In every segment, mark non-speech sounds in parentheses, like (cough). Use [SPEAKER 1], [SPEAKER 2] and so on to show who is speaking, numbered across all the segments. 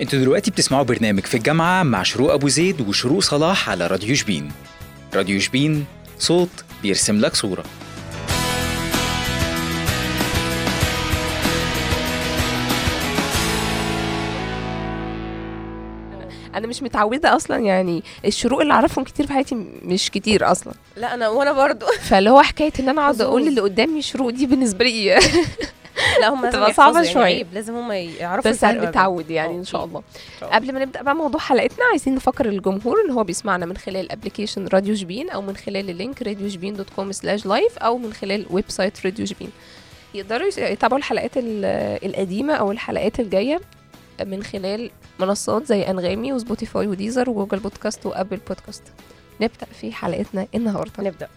[SPEAKER 1] انتوا دلوقتي بتسمعوا برنامج في الجامعة مع شروق أبو زيد وشروق صلاح على راديو شبين راديو شبين صوت بيرسم لك صورة
[SPEAKER 2] انا مش متعوده اصلا يعني الشروق اللي اعرفهم كتير في حياتي مش كتير اصلا
[SPEAKER 3] لا انا وانا برضو (laughs)
[SPEAKER 2] فاللي هو حكايه ان انا اقعد
[SPEAKER 3] حظوظ.
[SPEAKER 2] اقول اللي قدامي شروق دي بالنسبه لي
[SPEAKER 3] لا هم لازم
[SPEAKER 2] بتبقى صعبة
[SPEAKER 3] يحفظوا، يعني
[SPEAKER 2] شوية.
[SPEAKER 3] عيب، لازم هم يعرفوا
[SPEAKER 2] بس
[SPEAKER 3] الفرق ما بين-
[SPEAKER 2] هنتعود يعني ان شاء الله قبل ما نبدا بقى موضوع حلقتنا عايزين نفكر الجمهور ان هو بيسمعنا من خلال ابلكيشن راديو شبين او من خلال اللينك راديو شبين دوت كوم سلاش لايف او من خلال ويب سايت راديو شبين يقدروا يس- يتابعوا الحلقات ال- القديمه او الحلقات الجايه من خلال منصات زي انغامي وسبوتيفاي وديزر وجوجل بودكاست وابل بودكاست نبدا في حلقتنا النهارده
[SPEAKER 3] نبدا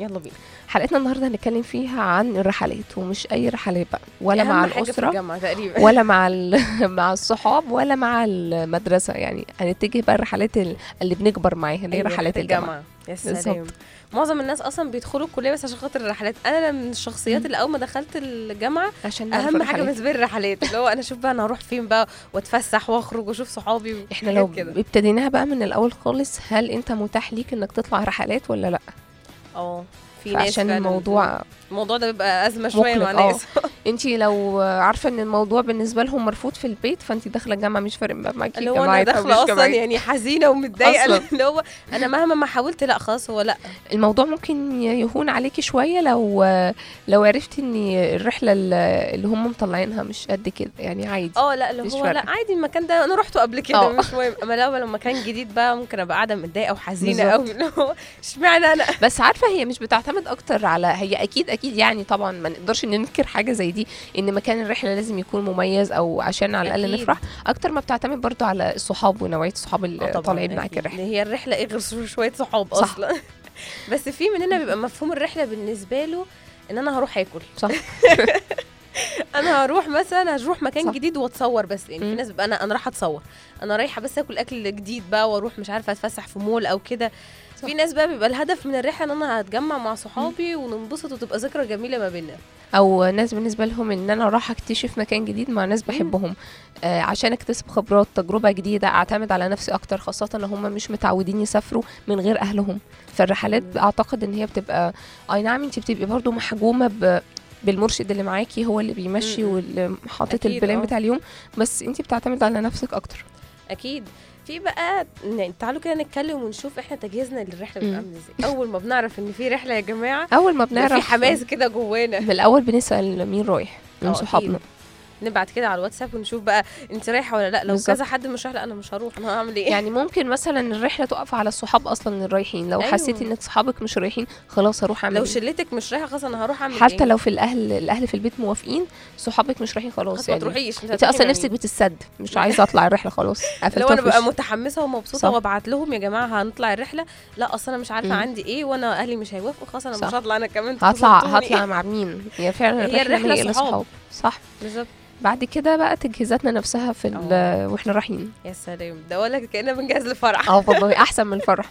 [SPEAKER 3] يلا بينا
[SPEAKER 2] حلقتنا النهارده هنتكلم فيها عن الرحلات ومش اي رحلات بقى ولا
[SPEAKER 3] أهم
[SPEAKER 2] مع
[SPEAKER 3] حاجة في
[SPEAKER 2] الاسره
[SPEAKER 3] الجامعه تقريبا
[SPEAKER 2] ولا مع ال- (laughs) مع الصحاب ولا مع المدرسه يعني هنتجه بقى الرحلات ال- اللي بنكبر معاها
[SPEAKER 3] (laughs)
[SPEAKER 2] اللي هي
[SPEAKER 3] أيوة،
[SPEAKER 2] رحلات الجامعه
[SPEAKER 3] يا
[SPEAKER 2] بالظبط.
[SPEAKER 3] سلام معظم الناس اصلا بيدخلوا الكليه بس عشان خاطر الرحلات انا من الشخصيات اللي اول ما دخلت الجامعه
[SPEAKER 2] عشان نعرف
[SPEAKER 3] اهم حاجه
[SPEAKER 2] الرحلات.
[SPEAKER 3] بالنسبه لي الرحلات اللي هو انا اشوف بقى انا هروح فين بقى واتفسح واخرج واشوف صحابي و-
[SPEAKER 2] احنا
[SPEAKER 3] حاجات
[SPEAKER 2] لو
[SPEAKER 3] كده
[SPEAKER 2] ابتديناها بقى من الاول خالص هل انت متاح ليك انك تطلع رحلات ولا لا
[SPEAKER 3] اه في ناس
[SPEAKER 2] عشان
[SPEAKER 3] فعلاً
[SPEAKER 2] الموضوع
[SPEAKER 3] الموضوع ده بيبقى ازمه شويه مع
[SPEAKER 2] مقلق، آه.
[SPEAKER 3] ناس
[SPEAKER 2] انت لو عارفه ان الموضوع بالنسبه لهم مرفوض في البيت فانت داخله الجامعه مش فارق بقى معاكي
[SPEAKER 3] اللي هو انا
[SPEAKER 2] جماعي أو مش
[SPEAKER 3] داخله اصلا
[SPEAKER 2] جماعي.
[SPEAKER 3] يعني حزينه ومتضايقه
[SPEAKER 2] أصلاً.
[SPEAKER 3] اللي هو انا مهما ما حاولت لا خلاص هو لا
[SPEAKER 2] الموضوع ممكن يهون عليكي شويه لو لو عرفتي ان الرحله اللي هم مطلعينها مش قد كده يعني عادي
[SPEAKER 3] اه لا اللي
[SPEAKER 2] مفيش
[SPEAKER 3] هو
[SPEAKER 2] فرق.
[SPEAKER 3] لا عادي المكان ده انا روحته قبل كده
[SPEAKER 2] اه.
[SPEAKER 3] مش مهم اما لو لو مكان جديد بقى ممكن ابقى قاعده متضايقه وحزينه
[SPEAKER 2] بالظبط.
[SPEAKER 3] قوي اللي هو اشمعنى انا
[SPEAKER 2] بس عارفه هي مش بتعتمد اكتر على هي اكيد اكيد يعني طبعا ما نقدرش إن ننكر حاجه زي دي ان مكان الرحله لازم يكون مميز او عشان على الاقل
[SPEAKER 3] أكيد.
[SPEAKER 2] نفرح اكتر ما بتعتمد برضو على الصحاب ونوعيه الصحاب اللي طالعين معاك
[SPEAKER 3] آه أكيد.
[SPEAKER 2] الرحله
[SPEAKER 3] يعني هي الرحله ايه غير شو- شويه صحاب
[SPEAKER 2] صح.
[SPEAKER 3] اصلا (laughs) بس في مننا بيبقى مفهوم الرحله بالنسبه له ان انا هروح اكل
[SPEAKER 2] صح
[SPEAKER 3] انا هروح مثلا هروح مكان
[SPEAKER 2] صح.
[SPEAKER 3] صح. جديد واتصور بس يعني
[SPEAKER 2] مم.
[SPEAKER 3] في ناس بيبقى انا انا رايحه اتصور انا رايحه بس اكل اكل جديد بقى واروح مش عارفه اتفسح في مول او كده
[SPEAKER 2] صح.
[SPEAKER 3] في ناس بقى بيبقى الهدف من الرحله ان انا هتجمع مع صحابي وننبسط وتبقى ذكرى جميله ما بيننا
[SPEAKER 2] او ناس بالنسبه لهم ان انا راح اكتشف مكان جديد مع ناس بحبهم آه عشان اكتسب خبرات تجربه جديده اعتمد على نفسي اكتر خاصه لو هم مش متعودين يسافروا من غير اهلهم فالرحلات
[SPEAKER 3] مم.
[SPEAKER 2] اعتقد ان هي بتبقى اي نعم انت بتبقي برضو محجومه ب... بالمرشد اللي معاكي هو اللي بيمشي
[SPEAKER 3] مم.
[SPEAKER 2] واللي حاطط
[SPEAKER 3] أكيد،
[SPEAKER 2] البلان
[SPEAKER 3] آه.
[SPEAKER 2] بتاع اليوم بس انت بتعتمد على نفسك اكتر
[SPEAKER 3] اكيد في بقى يعني تعالوا كده نتكلم ونشوف احنا تجهيزنا للرحله
[SPEAKER 2] مم.
[SPEAKER 3] بيبقى عامل ازاي اول ما بنعرف ان في رحله يا جماعه
[SPEAKER 2] اول ما
[SPEAKER 3] بيبقى
[SPEAKER 2] بنعرف
[SPEAKER 3] في حماس كده جوانا
[SPEAKER 2] من الاول بنسال مين رايح
[SPEAKER 3] آه،
[SPEAKER 2] من
[SPEAKER 3] أكيد.
[SPEAKER 2] صحابنا
[SPEAKER 3] نبعت كده على الواتساب ونشوف بقى انت رايحه ولا لا لو
[SPEAKER 2] بالظبط.
[SPEAKER 3] كذا حد مش رايح لا انا مش هروح انا هعمل ايه
[SPEAKER 2] يعني ممكن مثلا الرحله تقف على الصحاب اصلا الرايحين لو
[SPEAKER 3] أيوة.
[SPEAKER 2] حسيتي ان صحابك مش رايحين خلاص هروح اعمل
[SPEAKER 3] لو
[SPEAKER 2] إيه؟
[SPEAKER 3] شلتك مش رايحه خلاص انا هروح اعمل
[SPEAKER 2] حتى
[SPEAKER 3] ايه
[SPEAKER 2] لو في الاهل الاهل في البيت موافقين صحابك مش رايحين خلاص
[SPEAKER 3] خلاص ما
[SPEAKER 2] يعني
[SPEAKER 3] تروحيش
[SPEAKER 2] انت اصلا نفسك بتتسد مش عايزه اطلع الرحله
[SPEAKER 3] (laughs)
[SPEAKER 2] خلاص
[SPEAKER 3] لو
[SPEAKER 2] قفلتها
[SPEAKER 3] انا
[SPEAKER 2] في
[SPEAKER 3] ببقى
[SPEAKER 2] وشي.
[SPEAKER 3] متحمسه
[SPEAKER 2] صح.
[SPEAKER 3] ومبسوطه وابعت لهم يا جماعه هنطلع الرحله لا اصلا انا مش عارفه
[SPEAKER 2] مم.
[SPEAKER 3] عندي ايه وانا اهلي مش هيوافقوا خلاص انا
[SPEAKER 2] صح.
[SPEAKER 3] مش هطلع انا كمان انتوا
[SPEAKER 2] هطلع
[SPEAKER 3] ظبطوني.
[SPEAKER 2] هطلع مع مين هي فعلا
[SPEAKER 3] يعني. هي
[SPEAKER 2] الرحله
[SPEAKER 3] الرحلة
[SPEAKER 2] ملجأ
[SPEAKER 3] صحاب.
[SPEAKER 2] لصحاب صح
[SPEAKER 3] (laughs) بالظبط
[SPEAKER 2] بعد كده بقى تجهيزاتنا نفسها في ال-
[SPEAKER 3] اه.
[SPEAKER 2] واحنا رايحين
[SPEAKER 3] يا سلام ده ولا كاننا بنجهز لفرح
[SPEAKER 2] اه والله احسن من
[SPEAKER 3] (laughs)
[SPEAKER 2] الفرح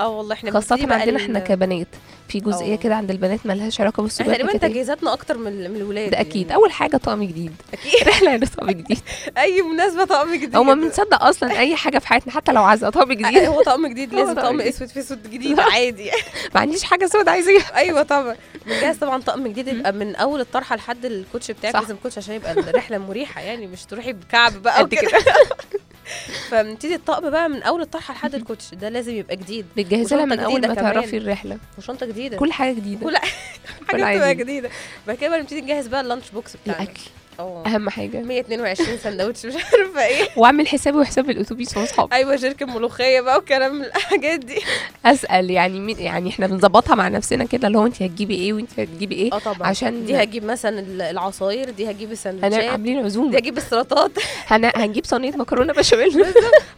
[SPEAKER 3] اه والله احنا
[SPEAKER 2] خاصه
[SPEAKER 3] بنبتدي بقى
[SPEAKER 2] عندنا
[SPEAKER 3] ال-
[SPEAKER 2] احنا كبنات في جزئيه
[SPEAKER 3] اه.
[SPEAKER 2] كده عند البنات مالهاش علاقه
[SPEAKER 3] احنا
[SPEAKER 2] بالسباق
[SPEAKER 3] تقريبا
[SPEAKER 2] بكده.
[SPEAKER 3] تجهيزاتنا اكتر من من الولاد
[SPEAKER 2] ده اكيد
[SPEAKER 3] يعني.
[SPEAKER 2] اول حاجه طقم جديد
[SPEAKER 3] اكيد
[SPEAKER 2] رحله يعني طقم جديد
[SPEAKER 3] اي مناسبه طقم جديد
[SPEAKER 2] او ما بنصدق اصلا اي حاجه في حياتنا حتى لو عايزه طقم
[SPEAKER 3] آه،
[SPEAKER 2] جديد
[SPEAKER 3] (laughs) هو طقم جديد
[SPEAKER 2] هو
[SPEAKER 3] لازم
[SPEAKER 2] طقم
[SPEAKER 3] طقم
[SPEAKER 2] جديد.
[SPEAKER 3] اسود في اسود جديد
[SPEAKER 2] (laughs)
[SPEAKER 3] عادي
[SPEAKER 2] ما عنديش حاجه سوداء عايزه اجيبها
[SPEAKER 3] ايوه طبعا بنجهز طبعا طقم جديد يبقى من اول الطرحه لحد الكوتش بتاعك
[SPEAKER 2] صح.
[SPEAKER 3] لازم كوتش عشان يبقى الرحله مريحه يعني مش تروحي بكعب بقى
[SPEAKER 2] قد
[SPEAKER 3] وكده (laughs) فبنبتدي الطقم بقى من اول الطرحه لحد الكوتش ده لازم يبقى جديد
[SPEAKER 2] بتجهزي لها من
[SPEAKER 3] وشنطة
[SPEAKER 2] اول
[SPEAKER 3] جديدة
[SPEAKER 2] ما
[SPEAKER 3] كمان.
[SPEAKER 2] تعرفي الرحله
[SPEAKER 3] وشنطه جديده
[SPEAKER 2] كل حاجه جديده
[SPEAKER 3] (laughs) كل حاجه
[SPEAKER 2] العادي.
[SPEAKER 3] بتبقى جديده بعد كده بقى نبتدي نجهز بقى اللانش بوكس بتاعنا
[SPEAKER 2] الاكل
[SPEAKER 3] اه
[SPEAKER 2] اهم حاجه
[SPEAKER 3] 122 سندوتش مش عارفه ايه
[SPEAKER 2] واعمل حسابي وحساب الاتوبيس واصحابي
[SPEAKER 3] ايوه شركه ملوخيه بقى وكلام من الحاجات
[SPEAKER 2] (laughs)
[SPEAKER 3] دي
[SPEAKER 2] اسال يعني مين يعني احنا بنظبطها مع نفسنا كده اللي هو انت هتجيبي ايه وانت هتجيبي ايه
[SPEAKER 3] اه طبعا
[SPEAKER 2] عشان
[SPEAKER 3] دي هجيب مثلا ال- العصاير دي هجيب
[SPEAKER 2] هنعمل
[SPEAKER 3] السندوتشات
[SPEAKER 2] عاملين
[SPEAKER 3] دي
[SPEAKER 2] عزومه
[SPEAKER 3] هجيب السلطات
[SPEAKER 2] هن... هنجيب صينيه مكرونه
[SPEAKER 3] (laughs)
[SPEAKER 2] بشاميل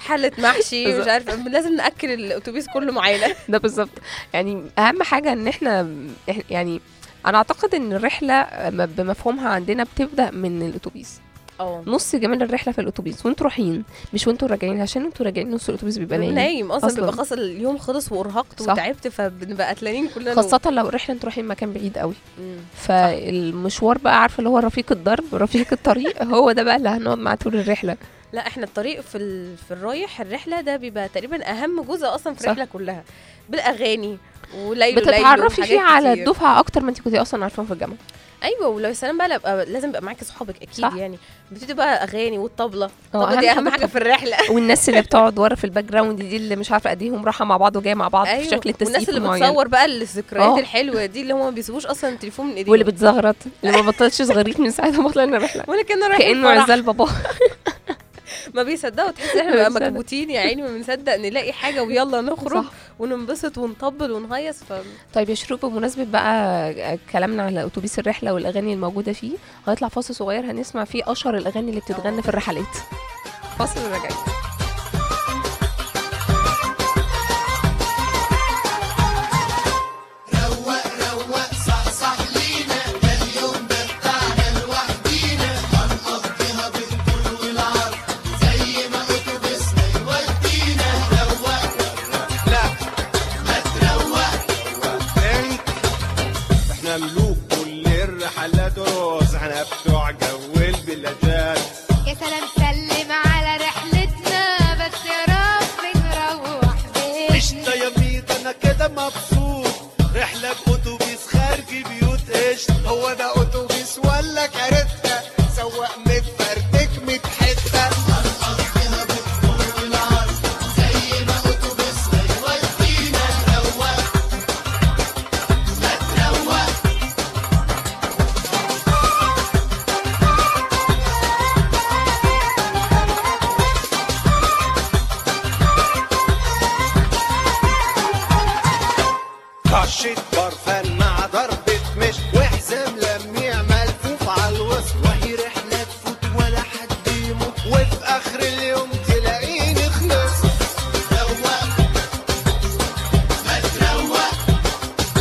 [SPEAKER 3] حله محشي مش
[SPEAKER 2] بالظبط.
[SPEAKER 3] عارفه لازم ناكل الاتوبيس
[SPEAKER 2] (laughs)
[SPEAKER 3] كله معانا
[SPEAKER 2] ده بالظبط يعني اهم حاجه ان احنا إحنا- يعني انا اعتقد ان الرحله م- بمفهومها عندنا بتبدا من الاتوبيس
[SPEAKER 3] اه
[SPEAKER 2] نص جمال الرحله في الاتوبيس وانتوا رايحين مش وانتوا راجعين عشان انتوا راجعين نص الاتوبيس بيبقى نايم
[SPEAKER 3] نايم اصلا
[SPEAKER 2] أصلاً.
[SPEAKER 3] بيبقى خلاص اليوم خلص وارهقت
[SPEAKER 2] صح.
[SPEAKER 3] وتعبت فبنبقى قتلانين كلنا نوم.
[SPEAKER 2] خاصه لو الرحله انتوا رايحين مكان بعيد قوي
[SPEAKER 3] مم.
[SPEAKER 2] فالمشوار بقى عارفه اللي هو رفيق الضرب رفيق الطريق (laughs) هو ده بقى اللي هنقعد معاه طول الرحله
[SPEAKER 3] لا احنا الطريق في ال... في الرايح الرحله ده بيبقى تقريبا اهم جزء اصلا في
[SPEAKER 2] صح.
[SPEAKER 3] الرحله كلها بالاغاني وليل وليل
[SPEAKER 2] بتتعرفي
[SPEAKER 3] وحاجات
[SPEAKER 2] فيه على
[SPEAKER 3] كتير.
[SPEAKER 2] الدفعه اكتر ما انت كنت اصلا عارفاهم في الجامعه
[SPEAKER 3] ايوه ولو يا سلام بقى لأبقى لازم يبقى معاكي اصحابك اكيد
[SPEAKER 2] صح. اه،
[SPEAKER 3] صح. يعني بتبتدي بقى اغاني والطبله
[SPEAKER 2] أه، أهم
[SPEAKER 3] الطبله دي اهم
[SPEAKER 2] حاجة
[SPEAKER 3] حاجه في الرحله
[SPEAKER 2] (laughs) والناس اللي بتقعد ورا في الباك جراوند دي اللي مش عارفه قديهم راحه مع بعض وجايه مع بعض في شكل التسقيف
[SPEAKER 3] أيوة. والناس اللي
[SPEAKER 2] معين.
[SPEAKER 3] بتصور بقى
[SPEAKER 2] آه.
[SPEAKER 3] الذكريات الحلوه دي اللي هم ما بيسيبوش اصلا التليفون من ايديهم
[SPEAKER 2] واللي بتزغرط اللي ما بطلتش صغيرين من ساعتها ما طلعنا رحله
[SPEAKER 3] ولا كان رايح
[SPEAKER 2] كانه
[SPEAKER 3] الفرح.
[SPEAKER 2] عزال بابا
[SPEAKER 3] ما بيصدقوا تحس احنا
[SPEAKER 2] ما
[SPEAKER 3] بقى
[SPEAKER 2] بيصدق.
[SPEAKER 3] مكبوتين يا عيني ما بنصدق نلاقي حاجه ويلا نخرج
[SPEAKER 2] صح.
[SPEAKER 3] وننبسط ونطبل ونهيص ف
[SPEAKER 2] طيب يا شروق بمناسبه بقى كلامنا على اتوبيس الرحله والاغاني الموجوده فيه هيطلع فاصل صغير هنسمع فيه اشهر الاغاني اللي بتتغنى في الرحلات فاصل وراجعين
[SPEAKER 4] احنا ملوك كل الرحلات روز احنا بتوع جو البلادات
[SPEAKER 5] يا سلام سلم على رحلتنا بس يا رب نروح
[SPEAKER 4] مش
[SPEAKER 5] بيتنا
[SPEAKER 4] تيابيط انا كده مبسوط رحلة بأتوبيس خارج بيوت قشط هو ده أتوبيس ولا كارتة سواق متفرتك متحتة طشة برفان مع ضربة مش وحزام لميع ملفوف على الوسط وهي رحلة تفوت ولا حد يموت وفي آخر اليوم تلاقيني خلصت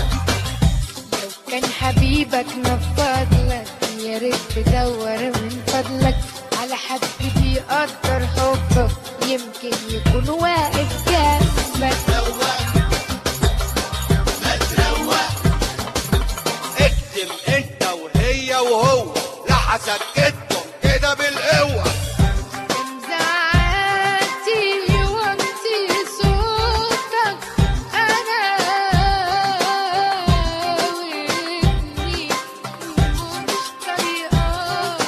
[SPEAKER 5] لو كان حبيبك نفضلك يا ريت تدور من فضلك على حد بيقدر حبك يمكن يكون واقف جنبك
[SPEAKER 4] اكتم انت وهي وهو لا حسكتهم كده بالقوه
[SPEAKER 5] إن زعلتي وانسي صوتك أنا وابني مش طريقك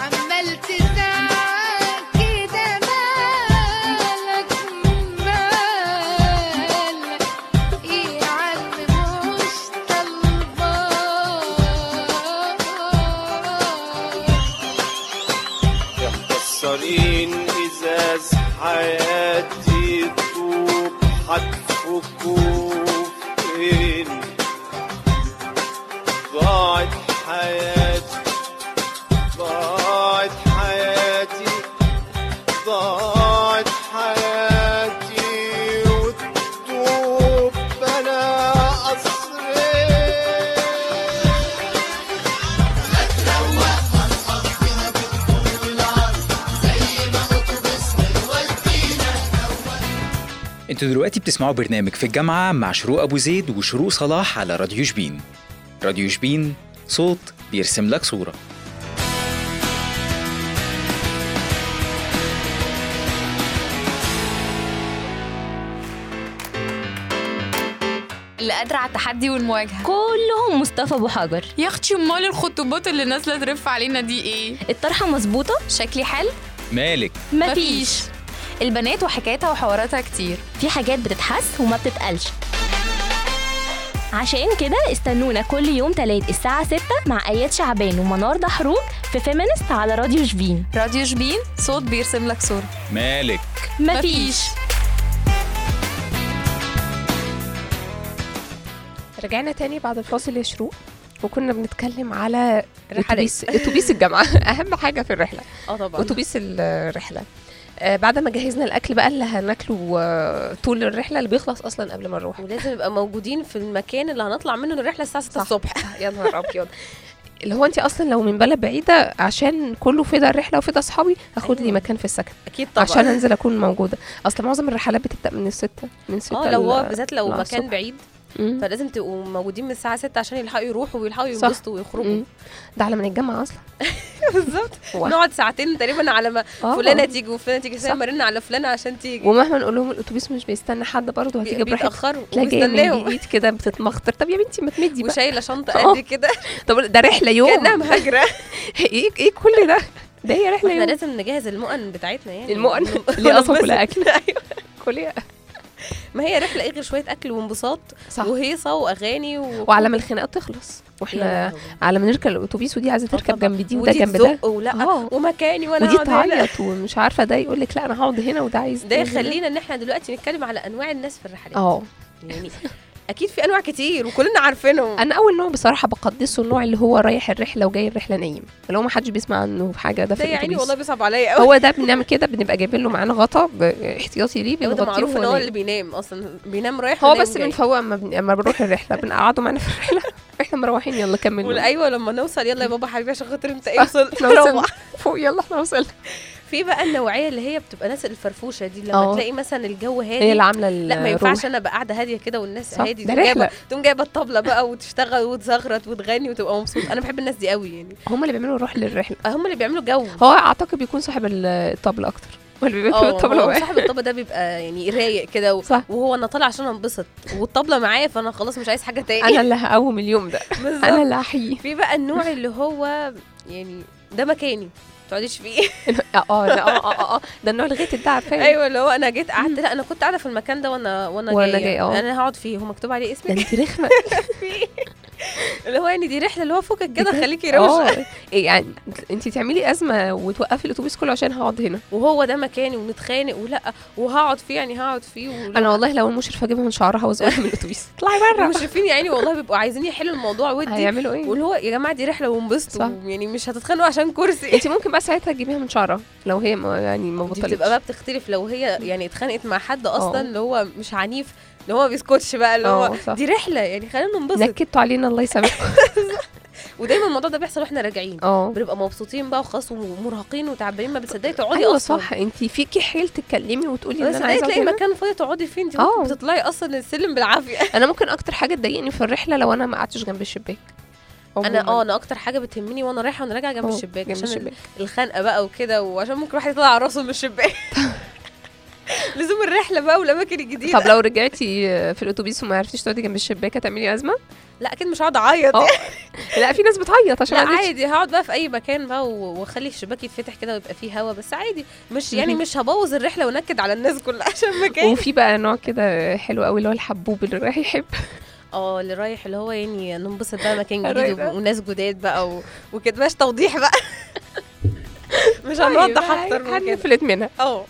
[SPEAKER 5] عمال تزعل كده مالك مالك ايه يا عم مش طالباك
[SPEAKER 4] مكسرين ازاز حياتي طوب هتفكوك فين ضاعت حياتي ضاعت حياتي ضاعت حياتي والطوب انا قصرين
[SPEAKER 1] انتوا دلوقتي بتسمعوا برنامج في الجامعة مع شروق أبو زيد وشروق صلاح على راديو شبين راديو شبين صوت بيرسم لك صورة
[SPEAKER 6] اللي قادرة على التحدي والمواجهة كلهم مصطفى أبو حجر
[SPEAKER 7] يا اختي امال الخطوبات اللي نازله ترف علينا دي ايه
[SPEAKER 6] الطرحة مظبوطة شكلي حل
[SPEAKER 1] مالك
[SPEAKER 6] مفيش البنات وحكاياتها وحواراتها كتير
[SPEAKER 8] في حاجات بتتحس وما بتتقالش عشان كده استنونا كل يوم تلات الساعة 6 مع آيات شعبان ومنار دحروج في فيمينست على راديو شبين
[SPEAKER 6] راديو شبين صوت بيرسم لك صورة
[SPEAKER 1] مالك
[SPEAKER 8] مفيش
[SPEAKER 2] رجعنا تاني بعد الفاصل يا شروق وكنا بنتكلم على
[SPEAKER 3] رحلات.
[SPEAKER 2] اتوبيس اتوبيس (laughs) الجامعه اهم حاجه في الرحله
[SPEAKER 3] اه طبعا
[SPEAKER 2] اتوبيس الرحله آه، بعد ما جهزنا الاكل بقى اللي هناكله آه، طول الرحله اللي بيخلص اصلا قبل ما نروح (laughs)
[SPEAKER 3] ولازم نبقى موجودين في المكان اللي هنطلع منه الرحله الساعه 6 الصبح
[SPEAKER 2] يا نهار ابيض اللي هو انت اصلا لو من بلد بعيده عشان كله فدا الرحله وفدا اصحابي هاخد لي
[SPEAKER 3] أيوة.
[SPEAKER 2] مكان في السكن
[SPEAKER 3] اكيد طبعا
[SPEAKER 2] عشان انزل اكون موجوده اصل معظم الرحلات بتبدا من الستة من ستة
[SPEAKER 3] اه لو هو
[SPEAKER 2] ل-
[SPEAKER 3] بالذات لو
[SPEAKER 2] لا،
[SPEAKER 3] مكان
[SPEAKER 2] الصبح.
[SPEAKER 3] بعيد
[SPEAKER 2] مم.
[SPEAKER 3] فلازم تبقوا موجودين من الساعه 6 عشان يلحقوا يروحوا ويلحقوا
[SPEAKER 2] صح.
[SPEAKER 3] ينبسطوا ويخرجوا
[SPEAKER 2] مم. ده على ما نتجمع اصلا
[SPEAKER 3] (laughs) بالظبط
[SPEAKER 2] هو-
[SPEAKER 3] نقعد ساعتين تقريبا على ما
[SPEAKER 2] آه.
[SPEAKER 3] فلانه تيجي وفلانه تيجي زي
[SPEAKER 2] صح.
[SPEAKER 3] ما رن على فلانه عشان تيجي
[SPEAKER 2] ومهما نقول لهم الاتوبيس مش بيستنى حد برضه هتيجي براحتك
[SPEAKER 3] بيتاخروا
[SPEAKER 2] تلاقي جايه من
[SPEAKER 3] وبيستناهم
[SPEAKER 2] بعيد كده بتتمخطر طب يا بنتي ما تمدي بقى
[SPEAKER 3] وشايله شنطه
[SPEAKER 2] آه.
[SPEAKER 3] قد كده
[SPEAKER 2] طب ده رحله يوم (laughs)
[SPEAKER 3] كانها مهاجره
[SPEAKER 2] ايه ايه كل ده ده هي رحله
[SPEAKER 3] احنا
[SPEAKER 2] يوم
[SPEAKER 3] لازم نجهز المؤن بتاعتنا يعني
[SPEAKER 2] أيوة. (laughs)
[SPEAKER 3] (laughs)
[SPEAKER 2] المؤن (laughs)
[SPEAKER 3] ونب-
[SPEAKER 2] اللي اصلا
[SPEAKER 3] وننبسط.
[SPEAKER 2] كلها اكل
[SPEAKER 3] أيوة.
[SPEAKER 2] (laughs) كلها
[SPEAKER 3] ما هي رحله ايه غير شويه اكل وانبساط
[SPEAKER 2] صح
[SPEAKER 3] وهيصه واغاني و...
[SPEAKER 2] وعلى ما الخناقات تخلص
[SPEAKER 3] يا
[SPEAKER 2] واحنا
[SPEAKER 3] لهوي.
[SPEAKER 2] على ما نركب الاتوبيس ودي عايزه
[SPEAKER 3] آه
[SPEAKER 2] تركب
[SPEAKER 3] طبعاً.
[SPEAKER 2] جنب دي وده
[SPEAKER 3] ودي اه.
[SPEAKER 2] جنب ده
[SPEAKER 3] تزق ولا
[SPEAKER 2] آه.
[SPEAKER 3] ومكاني وانا
[SPEAKER 2] ودي
[SPEAKER 3] أقعد هنا.
[SPEAKER 2] تعيط ومش عارفه ده يقول لك لا انا هقعد هنا وده عايز
[SPEAKER 3] ده
[SPEAKER 2] يقعد هنا.
[SPEAKER 3] يخلينا ان احنا دلوقتي نتكلم على انواع الناس في الرحلات
[SPEAKER 2] اه
[SPEAKER 3] يعني اكيد في انواع كتير وكلنا عارفينهم
[SPEAKER 2] انا اول نوع بصراحه بقدسه النوع اللي هو رايح الرحله وجاي الرحله نايم اللي هو ما حدش بيسمع عنه حاجه ده في
[SPEAKER 3] ده يا عيني
[SPEAKER 2] الاتوبيس
[SPEAKER 3] والله بيصعب عليا قوي
[SPEAKER 2] هو ده بنعمل كده بنبقى جايبين له معانا غطا ب- احتياطي ليه
[SPEAKER 3] هو
[SPEAKER 2] بنغطيه
[SPEAKER 3] ده معروف ان هو
[SPEAKER 2] وهو
[SPEAKER 3] اللي
[SPEAKER 2] نايم.
[SPEAKER 3] بينام اصلا بينام رايح
[SPEAKER 2] إيه؟ هو
[SPEAKER 3] وينام
[SPEAKER 2] بس
[SPEAKER 3] جاي.
[SPEAKER 2] بنفوق اما بن- اما بنروح الرحله بنقعده معانا في الرحله (laughs) احنا مروحين يلا
[SPEAKER 3] ولا-
[SPEAKER 2] كملوا
[SPEAKER 3] ايوه لما نوصل يلا يا بابا حبيبي عشان خاطر انت ايه وصلت
[SPEAKER 2] احنا وصلنا
[SPEAKER 3] روح.
[SPEAKER 2] فوق يلا احنا وصلنا
[SPEAKER 3] في بقى النوعيه اللي هي بتبقى ناس الفرفوشه دي لما
[SPEAKER 2] آه.
[SPEAKER 3] تلاقي مثلا الجو هادي
[SPEAKER 2] هي اللي عامله
[SPEAKER 3] يعني لا ما ينفعش انا ابقى قاعده هاديه كده والناس
[SPEAKER 2] صح،
[SPEAKER 3] هادي
[SPEAKER 2] ده
[SPEAKER 3] تقوم جايبه
[SPEAKER 2] رحلة.
[SPEAKER 3] تقوم جايبه الطبله بقى وتشتغل وتزغرط وتغني وتبقى مبسوط انا بحب الناس دي قوي يعني
[SPEAKER 2] هم اللي بيعملوا الروح للرحله
[SPEAKER 3] هم اللي بيعملوا جو
[SPEAKER 2] هو اعتقد بيكون صاحب ال- الطبل اكتر هو اللي بيكون
[SPEAKER 3] اه
[SPEAKER 2] الطبل
[SPEAKER 3] هو
[SPEAKER 2] هو
[SPEAKER 3] صاحب الطبله ده بيبقى يعني رايق كده و-
[SPEAKER 2] صح.
[SPEAKER 3] وهو انا طالع عشان انبسط والطبله معايا فانا خلاص مش عايز حاجه تاني
[SPEAKER 2] انا اللي هقوم اليوم ده
[SPEAKER 3] (laughs) بالظبط.
[SPEAKER 2] انا اللي هحييه
[SPEAKER 3] في بقى النوع اللي هو يعني ده مكاني ما تقعديش فيه
[SPEAKER 2] اه اه لا، اه اه اه ده النوع اللي غيت ده عارفاه
[SPEAKER 3] (laughs) ايوه اللي هو انا جيت قعدت لا انا كنت قاعده في المكان ده وانا وانا,
[SPEAKER 2] وأنا جاية، اه.
[SPEAKER 3] انا هقعد فيه هو مكتوب عليه
[SPEAKER 2] ده
[SPEAKER 3] اسمك
[SPEAKER 2] انت
[SPEAKER 3] (laughs)
[SPEAKER 2] رخمه
[SPEAKER 3] اللي هو يعني دي رحله اللي هو فوقك كده
[SPEAKER 2] بجد؟
[SPEAKER 3] خليكي روشه
[SPEAKER 2] اه إيه يعني انت تعملي ازمه وتوقفي الاتوبيس كله عشان هقعد هنا
[SPEAKER 3] وهو ده مكاني ونتخانق ولا وهقعد فيه يعني هقعد فيه ولا-
[SPEAKER 2] انا والله لو المشرفه اجيبها من شعرها وازقها من
[SPEAKER 3] (laughs)
[SPEAKER 2] الاتوبيس اطلعي بره
[SPEAKER 3] المشرفين يعني والله بيبقوا عايزين يحلوا الموضوع ودي
[SPEAKER 2] هيعملوا ايه
[SPEAKER 3] واللي هو يا جماعه دي رحله وانبسطوا
[SPEAKER 2] صح. إيه؟
[SPEAKER 3] يعني مش هتتخانقوا عشان كرسي
[SPEAKER 2] انت ممكن بقى ساعتها تجيبيها من شعرها لو هي ما يعني ما
[SPEAKER 3] دي بتبقى بقى
[SPEAKER 2] بطلتش
[SPEAKER 3] بتختلف لو هي يعني اتخانقت مع حد اصلا
[SPEAKER 2] اه.
[SPEAKER 3] اللي هو مش عنيف اللي هو ما بيسكتش بقى اللي هو
[SPEAKER 2] اه، صح.
[SPEAKER 3] دي رحله يعني خلينا ننبسط
[SPEAKER 2] نكدتوا علينا الله
[SPEAKER 3] (laughs)
[SPEAKER 2] يسامحكم
[SPEAKER 3] ودايما الموضوع ده بيحصل واحنا راجعين
[SPEAKER 2] اه
[SPEAKER 3] بنبقى مبسوطين بقى وخلاص ومرهقين وتعبانين ما بتصدقي تقعدي
[SPEAKER 2] ايوه
[SPEAKER 3] اصلا
[SPEAKER 2] صح انت فيكي حيل تتكلمي وتقولي ان
[SPEAKER 3] بس
[SPEAKER 2] انا عايزه
[SPEAKER 3] تلاقي
[SPEAKER 2] أقعد هنا.
[SPEAKER 3] مكان فاضي تقعدي فيه انت
[SPEAKER 2] اه.
[SPEAKER 3] بتطلعي اصلا السلم (laughs) بالعافيه
[SPEAKER 2] انا ممكن اكتر حاجه تضايقني في الرحله لو انا ما قعدتش جنب الشباك
[SPEAKER 3] انا اه انا اكتر حاجه بتهمني وانا رايحه وانا راجعه جنب الشباك
[SPEAKER 2] آه، جنب
[SPEAKER 3] عشان
[SPEAKER 2] الشباك
[SPEAKER 3] الخنقه بقى وكده وعشان ممكن واحد يطلع على راسه من الشباك (laughs) لزوم الرحله بقى والاماكن الجديده
[SPEAKER 2] طب لو رجعتي آه، في الاتوبيس وما عرفتيش تقعدي جنب الشباك هتعملي ازمه
[SPEAKER 3] لا اكيد مش هقعد اعيط
[SPEAKER 2] اه لا في ناس بتعيط عشان
[SPEAKER 3] (laughs) لا
[SPEAKER 2] ما عادتش.
[SPEAKER 3] عادي هقعد بقى في اي مكان بقى و- واخلي الشباك يتفتح كده ويبقى فيه هوا بس عادي مش يعني
[SPEAKER 2] مهم.
[SPEAKER 3] مش هبوظ الرحله ونكد على الناس كلها (laughs) عشان مكان
[SPEAKER 2] وفي بقى نوع كده حلو قوي اللي هو الحبوب اللي رايح يحب
[SPEAKER 3] اه اللي رايح اللي هو يعني ننبسط بقى مكان جديد
[SPEAKER 2] الرايح ده.
[SPEAKER 3] وب- وناس جداد بقى و... وكده مش توضيح بقى (laughs) مش هنوضح
[SPEAKER 2] أيوة،
[SPEAKER 3] اكتر من كده
[SPEAKER 2] هنفلت منها
[SPEAKER 3] اه (laughs)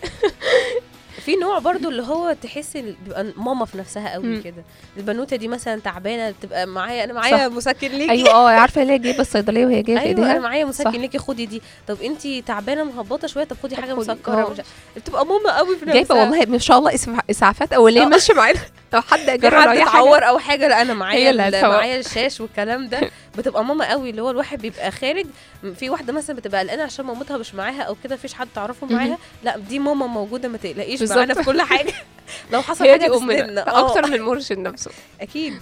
[SPEAKER 3] في نوع برضو اللي هو تحس إن بيبقى ماما في نفسها قوي
[SPEAKER 2] مم.
[SPEAKER 3] كده البنوته دي مثلا تعبانه بتبقى معايا انا معايا مسكن ليكي
[SPEAKER 2] ايوه اه عارفه اللي هي جايبه الصيدليه وهي جايه في
[SPEAKER 3] ايوه انا
[SPEAKER 2] ايديها
[SPEAKER 3] معايا مسكن
[SPEAKER 2] صح.
[SPEAKER 3] ليكي خدي دي طب انت تعبانه مهبطه شويه طب خدي حاجه
[SPEAKER 2] خدي.
[SPEAKER 3] مسكره
[SPEAKER 2] آه.
[SPEAKER 3] مش عارف- بتبقى ماما قوي في نفسها
[SPEAKER 2] جايبه والله ما شاء الله إسف- اسعافات اوليه
[SPEAKER 3] اه.
[SPEAKER 2] ماشيه معانا
[SPEAKER 3] (laughs)
[SPEAKER 2] لو حد
[SPEAKER 3] في
[SPEAKER 2] جرى اي
[SPEAKER 3] حد
[SPEAKER 2] حاجه
[SPEAKER 3] اتعور او حاجه لا انا
[SPEAKER 2] هي
[SPEAKER 3] معايا
[SPEAKER 2] اللي
[SPEAKER 3] ال-
[SPEAKER 2] هتفوق.
[SPEAKER 3] معايا الشاش والكلام
[SPEAKER 2] (laughs)
[SPEAKER 3] ده بتبقى ماما قوي اللي هو الواحد بيبقى خارج في واحده مثلا بتبقى قلقانه عشان مامتها مش معاها او كده مفيش حد تعرفه
[SPEAKER 2] مهم.
[SPEAKER 3] معاها لا دي ماما موجوده ما تقلقيش
[SPEAKER 2] بالظبط.
[SPEAKER 3] معانا في كل
[SPEAKER 2] (laughs)
[SPEAKER 3] حاجه (laughs) لو حصل
[SPEAKER 2] هي
[SPEAKER 3] حاجه
[SPEAKER 2] دي
[SPEAKER 3] تسندنا.
[SPEAKER 2] امنا
[SPEAKER 3] اه. (laughs)
[SPEAKER 2] اكتر من المرشد نفسه
[SPEAKER 3] اكيد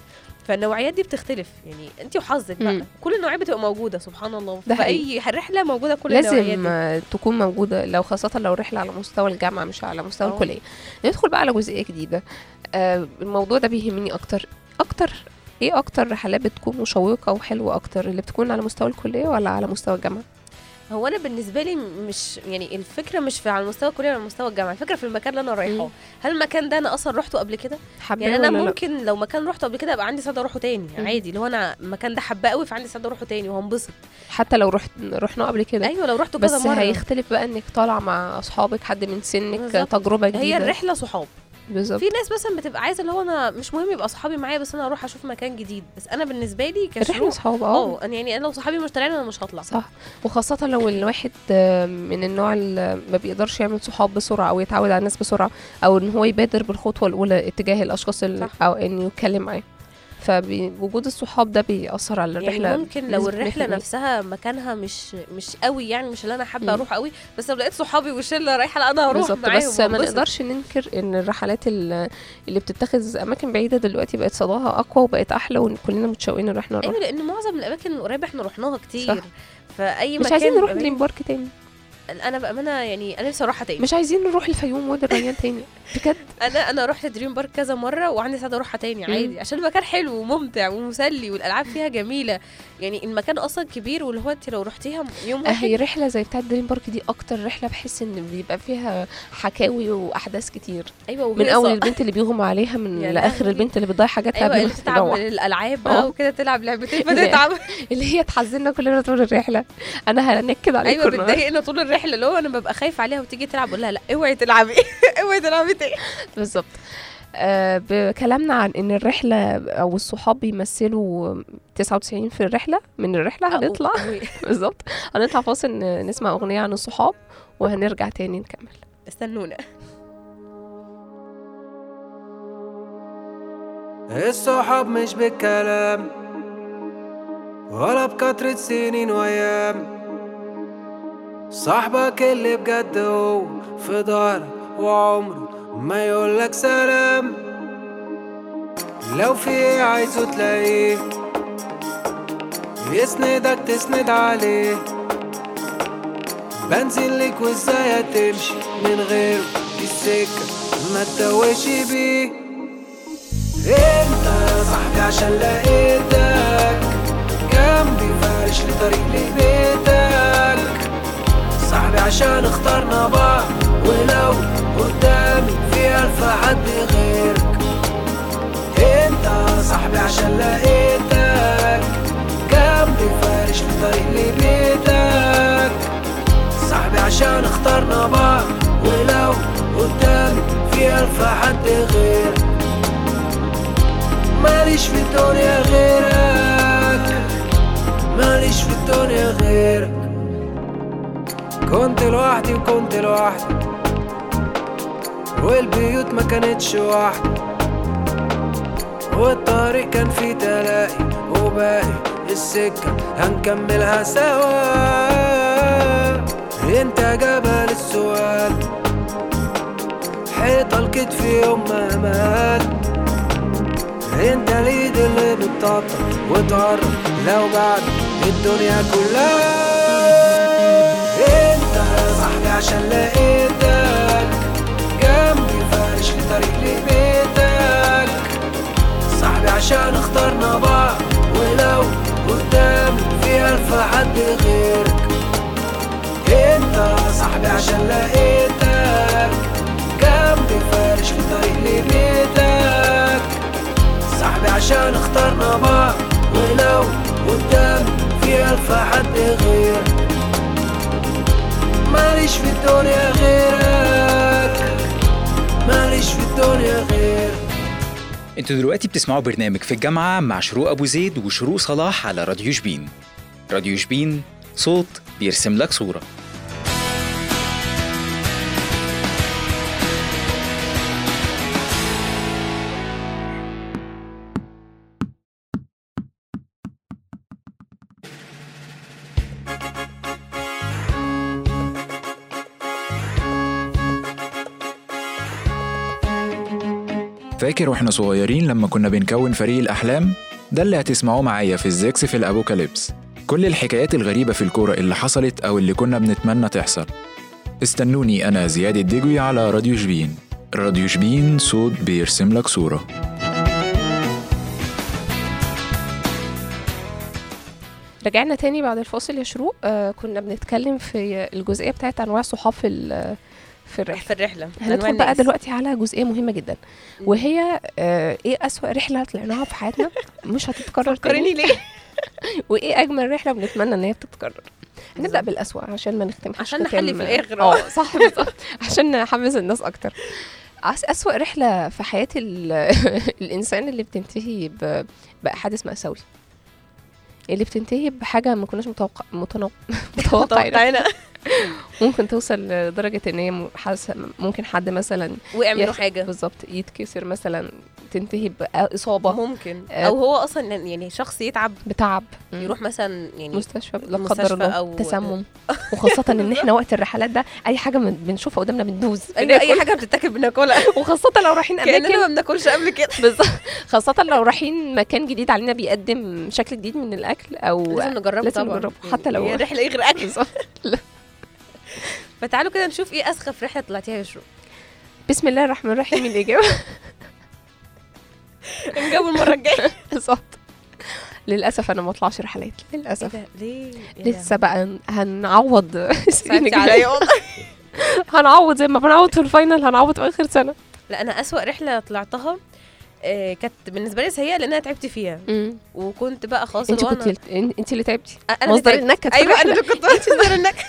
[SPEAKER 3] فالنوعيات دي بتختلف يعني انت وحظك بقى
[SPEAKER 2] مم.
[SPEAKER 3] كل النوعيات بتبقى موجوده سبحان الله
[SPEAKER 2] ده
[SPEAKER 3] في اي رحله موجوده كل النوعيات
[SPEAKER 2] لازم
[SPEAKER 3] دي
[SPEAKER 2] آه، تكون موجوده لو خاصه لو رحله على مستوى الجامعه مش على مستوى
[SPEAKER 3] اه.
[SPEAKER 2] الكليه ندخل بقى على جزئيه جديده آه، الموضوع ده بيهمني اكتر اكتر ايه اكتر رحلات بتكون مشوقه وحلوه اكتر اللي بتكون على مستوى الكليه ولا على مستوى الجامعه
[SPEAKER 3] هو انا بالنسبه لي مش يعني الفكره مش في على مستوى الكليه ولا على مستوى الجامعه الفكره في المكان اللي انا رايحاه هل المكان ده انا اصلا روحته قبل كده
[SPEAKER 2] حابه
[SPEAKER 3] يعني انا
[SPEAKER 2] ولا لا؟
[SPEAKER 3] ممكن لو مكان روحته قبل كده ابقى عندي سعاده اروحه تاني
[SPEAKER 2] مم.
[SPEAKER 3] عادي اللي هو انا المكان ده حباه قوي فعندي سعاده اروحه تاني وهنبسط
[SPEAKER 2] حتى لو رحت رحنا قبل كده
[SPEAKER 3] ايوه لو رحته كذا
[SPEAKER 2] بس
[SPEAKER 3] مره
[SPEAKER 2] هيختلف بقى انك طالع مع اصحابك حد من سنك
[SPEAKER 3] بالظبط.
[SPEAKER 2] تجربه جديده
[SPEAKER 3] هي الرحله صحاب
[SPEAKER 2] بالظبط
[SPEAKER 3] في ناس مثلا بتبقى عايزه اللي هو انا مش مهم يبقى صحابي معايا بس انا اروح اشوف مكان جديد بس انا بالنسبه لي
[SPEAKER 2] الرحله
[SPEAKER 3] كشروق
[SPEAKER 2] اصحاب اه
[SPEAKER 3] اه انا يعني انا لو صحابي مش طالعين انا مش هطلع
[SPEAKER 2] صح وخاصة لو الواحد آه، من النوع اللي ما بيقدرش يعمل صحاب بسرعة أو يتعود على الناس بسرعة أو إن هو يبادر بالخطوة الأولى اتجاه الأشخاص اللي
[SPEAKER 3] صح.
[SPEAKER 2] أو إنه يتكلم معاه فوجود الصحاب ده بيأثر على الرحله
[SPEAKER 3] يعني ممكن لو
[SPEAKER 2] بنسبة
[SPEAKER 3] الرحله
[SPEAKER 2] 100%.
[SPEAKER 3] نفسها مكانها مش مش قوي يعني مش اللي انا حابه اروح قوي بس لو لقيت صحابي وشله رايحه لا انا هروح
[SPEAKER 2] بالظبط
[SPEAKER 3] معاهم
[SPEAKER 2] بس ما
[SPEAKER 3] وانبسط.
[SPEAKER 2] نقدرش ننكر ان الرحلات ال- اللي بتتخذ اماكن بعيده دلوقتي بقت صداها اقوى وبقت احلى وكلنا متشوقين ان احنا نروح
[SPEAKER 3] ايوه لان معظم الاماكن القريبه احنا رحناها كتير
[SPEAKER 2] صح.
[SPEAKER 3] فاي
[SPEAKER 2] مش
[SPEAKER 3] مكان
[SPEAKER 2] عايزين نروح
[SPEAKER 3] بأمان-
[SPEAKER 2] دريم بارك تاني
[SPEAKER 3] انا بامانه يعني انا نفسي اروحها تاني
[SPEAKER 2] مش عايزين نروح الفيوم وادي الريان تاني بجد
[SPEAKER 3] انا انا رحت دريم بارك كذا مره وعندي سعاده اروحها تاني
[SPEAKER 2] مم.
[SPEAKER 3] عادي عشان المكان حلو وممتع ومسلي والالعاب فيها جميله يعني المكان اصلا كبير واللي هو انت لو رحتيها يوم
[SPEAKER 2] هي
[SPEAKER 3] واحد
[SPEAKER 2] رحله زي بتاعه دريم بارك دي اكتر رحله بحس ان بيبقى فيها حكاوي واحداث كتير
[SPEAKER 3] ايوه
[SPEAKER 2] من
[SPEAKER 3] وهيصة.
[SPEAKER 2] اول البنت اللي بيغمى عليها من
[SPEAKER 3] يا
[SPEAKER 2] لاخر
[SPEAKER 3] لهوي.
[SPEAKER 2] البنت اللي بتضيع حاجاتها
[SPEAKER 3] ايوه
[SPEAKER 2] قبل
[SPEAKER 3] اللي
[SPEAKER 2] ما
[SPEAKER 3] بتتعب
[SPEAKER 2] تروح.
[SPEAKER 3] من الالعاب بقى
[SPEAKER 2] اه.
[SPEAKER 3] وكده
[SPEAKER 2] (laughs)
[SPEAKER 3] تلعب لعبتين
[SPEAKER 2] اللي-
[SPEAKER 3] فتتعب
[SPEAKER 2] اللي هي تحزننا كلنا طول الرحله انا هنكد عليكم
[SPEAKER 3] ايوه
[SPEAKER 2] النهاردة.
[SPEAKER 3] بتضايقنا طول الرحله اللي هو انا ببقى خايف عليها وتيجي تلعب اقول لها لا اوعي تلعبي (laughs) اوعي تلعبي تاني
[SPEAKER 2] بالظبط آه، بكلامنا عن ان الرحله او الصحاب بيمثلوا 99 في الرحله من الرحله (laughs) هنطلع بالظبط هنطلع فاصل ن- نسمع اغنيه عن الصحاب وهنرجع تاني نكمل
[SPEAKER 3] استنونا
[SPEAKER 9] الصحاب مش بالكلام ولا بكترة سنين وأيام صاحبك اللي بجد هو في دارك وعمره ما يقولك سلام لو في ايه عايزه تلاقيه يسندك تسند عليه بنزل لك وازاي هتمشي من غير السكة ما تتوهش بيه انت صاحبي عشان لقيتك جنبي فارش لطريق لبيتك صاحبي عشان اخترنا بعض ولو قدامي في الف حد غيرك انت صاحبي عشان لقيتك جنبي فارش لطريق لبيتك صاحبي عشان اخترنا بعض ولو قدامي في الف حد غيرك ماليش في الدنيا غيرك ماليش في الدنيا غيرك كنت لوحدي وكنت لوحدي والبيوت ما كانتش واحدة والطريق كان فيه تلاقي وباقي السكة هنكملها سوا انت جبل السؤال حيطة الكتف يوم ما مال انت ليد اللي بتطبطب وتعرف لو بعد الدنيا كلها انت صاحبي عشان لقيتك جنبي فارش في طريق لبيتك صاحبي عشان اخترنا بعض ولو قدامي في الف حد غيرك انت صاحبي عشان لقيتك جنبي فارش في طريق لبيتك صاحبي عشان اخترنا بعض ولو قدام في ألف حد غير ماليش في الدنيا غيرك ماليش في الدنيا غيرك
[SPEAKER 1] انتوا دلوقتي بتسمعوا برنامج في الجامعة مع شروق أبو زيد وشروق صلاح على راديو شبين راديو شبين صوت بيرسم لك صورة
[SPEAKER 10] فاكر واحنا صغيرين لما كنا بنكون فريق الأحلام؟ ده اللي هتسمعوه معايا في الزكس في الأبوكاليبس كل الحكايات الغريبة في الكورة اللي حصلت أو اللي كنا بنتمنى تحصل استنوني أنا زياد الدجوي على راديو شبين راديو شبين صوت بيرسم لك صورة
[SPEAKER 2] رجعنا تاني بعد الفاصل يا شروق آه كنا بنتكلم في الجزئيه بتاعه انواع الصحاب في ال- في الرحله
[SPEAKER 3] في الرحله
[SPEAKER 2] هندخل بقى دلوقتي على جزئيه مهمه جدا وهي آه ايه اسوأ رحله طلعناها في حياتنا مش هتتكرر تاني
[SPEAKER 3] فكرني
[SPEAKER 2] (laughs)
[SPEAKER 3] ليه
[SPEAKER 2] وايه اجمل رحله بنتمنى ان هي تتكرر هنبدا بالاسوأ عشان ما نختمش
[SPEAKER 3] عشان
[SPEAKER 2] ختام-
[SPEAKER 3] نحل في الآخر. (laughs)
[SPEAKER 2] اه صح بالظبط عشان نحمس الناس اكتر عس- اسوأ رحله في حياه ال- (laughs) الانسان اللي بتنتهي ب- بحادث مأساوي اللي بتنتهي بحاجه ما كناش متوقع متنا- (laughs) متوقعينها (laughs)
[SPEAKER 3] توقعنا
[SPEAKER 2] ممكن توصل لدرجه ان هي م- حاسه ممكن حد مثلا
[SPEAKER 3] وقع منه
[SPEAKER 2] يخ-
[SPEAKER 3] حاجه
[SPEAKER 2] بالظبط يتكسر مثلا تنتهي باصابه
[SPEAKER 3] ممكن
[SPEAKER 2] آه.
[SPEAKER 3] او هو اصلا يعني شخص يتعب
[SPEAKER 2] بتعب
[SPEAKER 3] يروح مثلا يعني
[SPEAKER 2] مستشفى لا قدر
[SPEAKER 3] مستشفى
[SPEAKER 2] الله
[SPEAKER 3] أو-
[SPEAKER 2] تسمم وخاصه ان احنا وقت الرحلات ده اي حاجه بن- بنشوفها قدامنا بندوز
[SPEAKER 3] اي اي
[SPEAKER 2] بناكل.
[SPEAKER 3] حاجه بتتاكل
[SPEAKER 2] (laughs)
[SPEAKER 3] بناكلها
[SPEAKER 2] وخاصه لو رايحين اماكن
[SPEAKER 3] كاننا ما بناكلش قبل
[SPEAKER 2] (laughs)
[SPEAKER 3] كده
[SPEAKER 2] بالظبط خاصة لو رايحين مكان جديد علينا بيقدم شكل جديد من الأكل أو
[SPEAKER 3] لازم نجربه
[SPEAKER 2] لازم
[SPEAKER 3] طبعا
[SPEAKER 2] نجربه، حتى لو-
[SPEAKER 3] هي الرحله ايه غير اكل
[SPEAKER 2] (laughs) بالظبط.
[SPEAKER 3] فتعالوا كده نشوف ايه اسخف رحله طلعتيها يا شروق
[SPEAKER 2] بسم الله الرحمن الرحيم الإجابة
[SPEAKER 3] (laughs) نجاوب المره (laughs) الجايه
[SPEAKER 2] بالظبط للأسف أنا ما اطلعش رحلات للأسف
[SPEAKER 3] ده ليه إيه ده؟
[SPEAKER 2] لسه بقى هن- هنعوض السنين (laughs)
[SPEAKER 3] صعبتي
[SPEAKER 2] الجاية.
[SPEAKER 3] عليا والله
[SPEAKER 2] هنعوض زي ما بنعوض في الفاينل هنعوض في آخر سنة
[SPEAKER 3] لا انا اسوا رحله طلعتها آه، كانت بالنسبه لي سيئه لان انا تعبت فيها وكنت بقى خلاص
[SPEAKER 2] انت
[SPEAKER 3] اللي هو
[SPEAKER 2] كنت
[SPEAKER 3] أنا-
[SPEAKER 2] انت اللي تعبتي
[SPEAKER 3] انا اللي
[SPEAKER 2] مصدر
[SPEAKER 3] تعبت.
[SPEAKER 2] النكد في
[SPEAKER 3] ايوه انا
[SPEAKER 2] الرحلة.
[SPEAKER 3] اللي كنت مصدر
[SPEAKER 2] (laughs)
[SPEAKER 3] النكد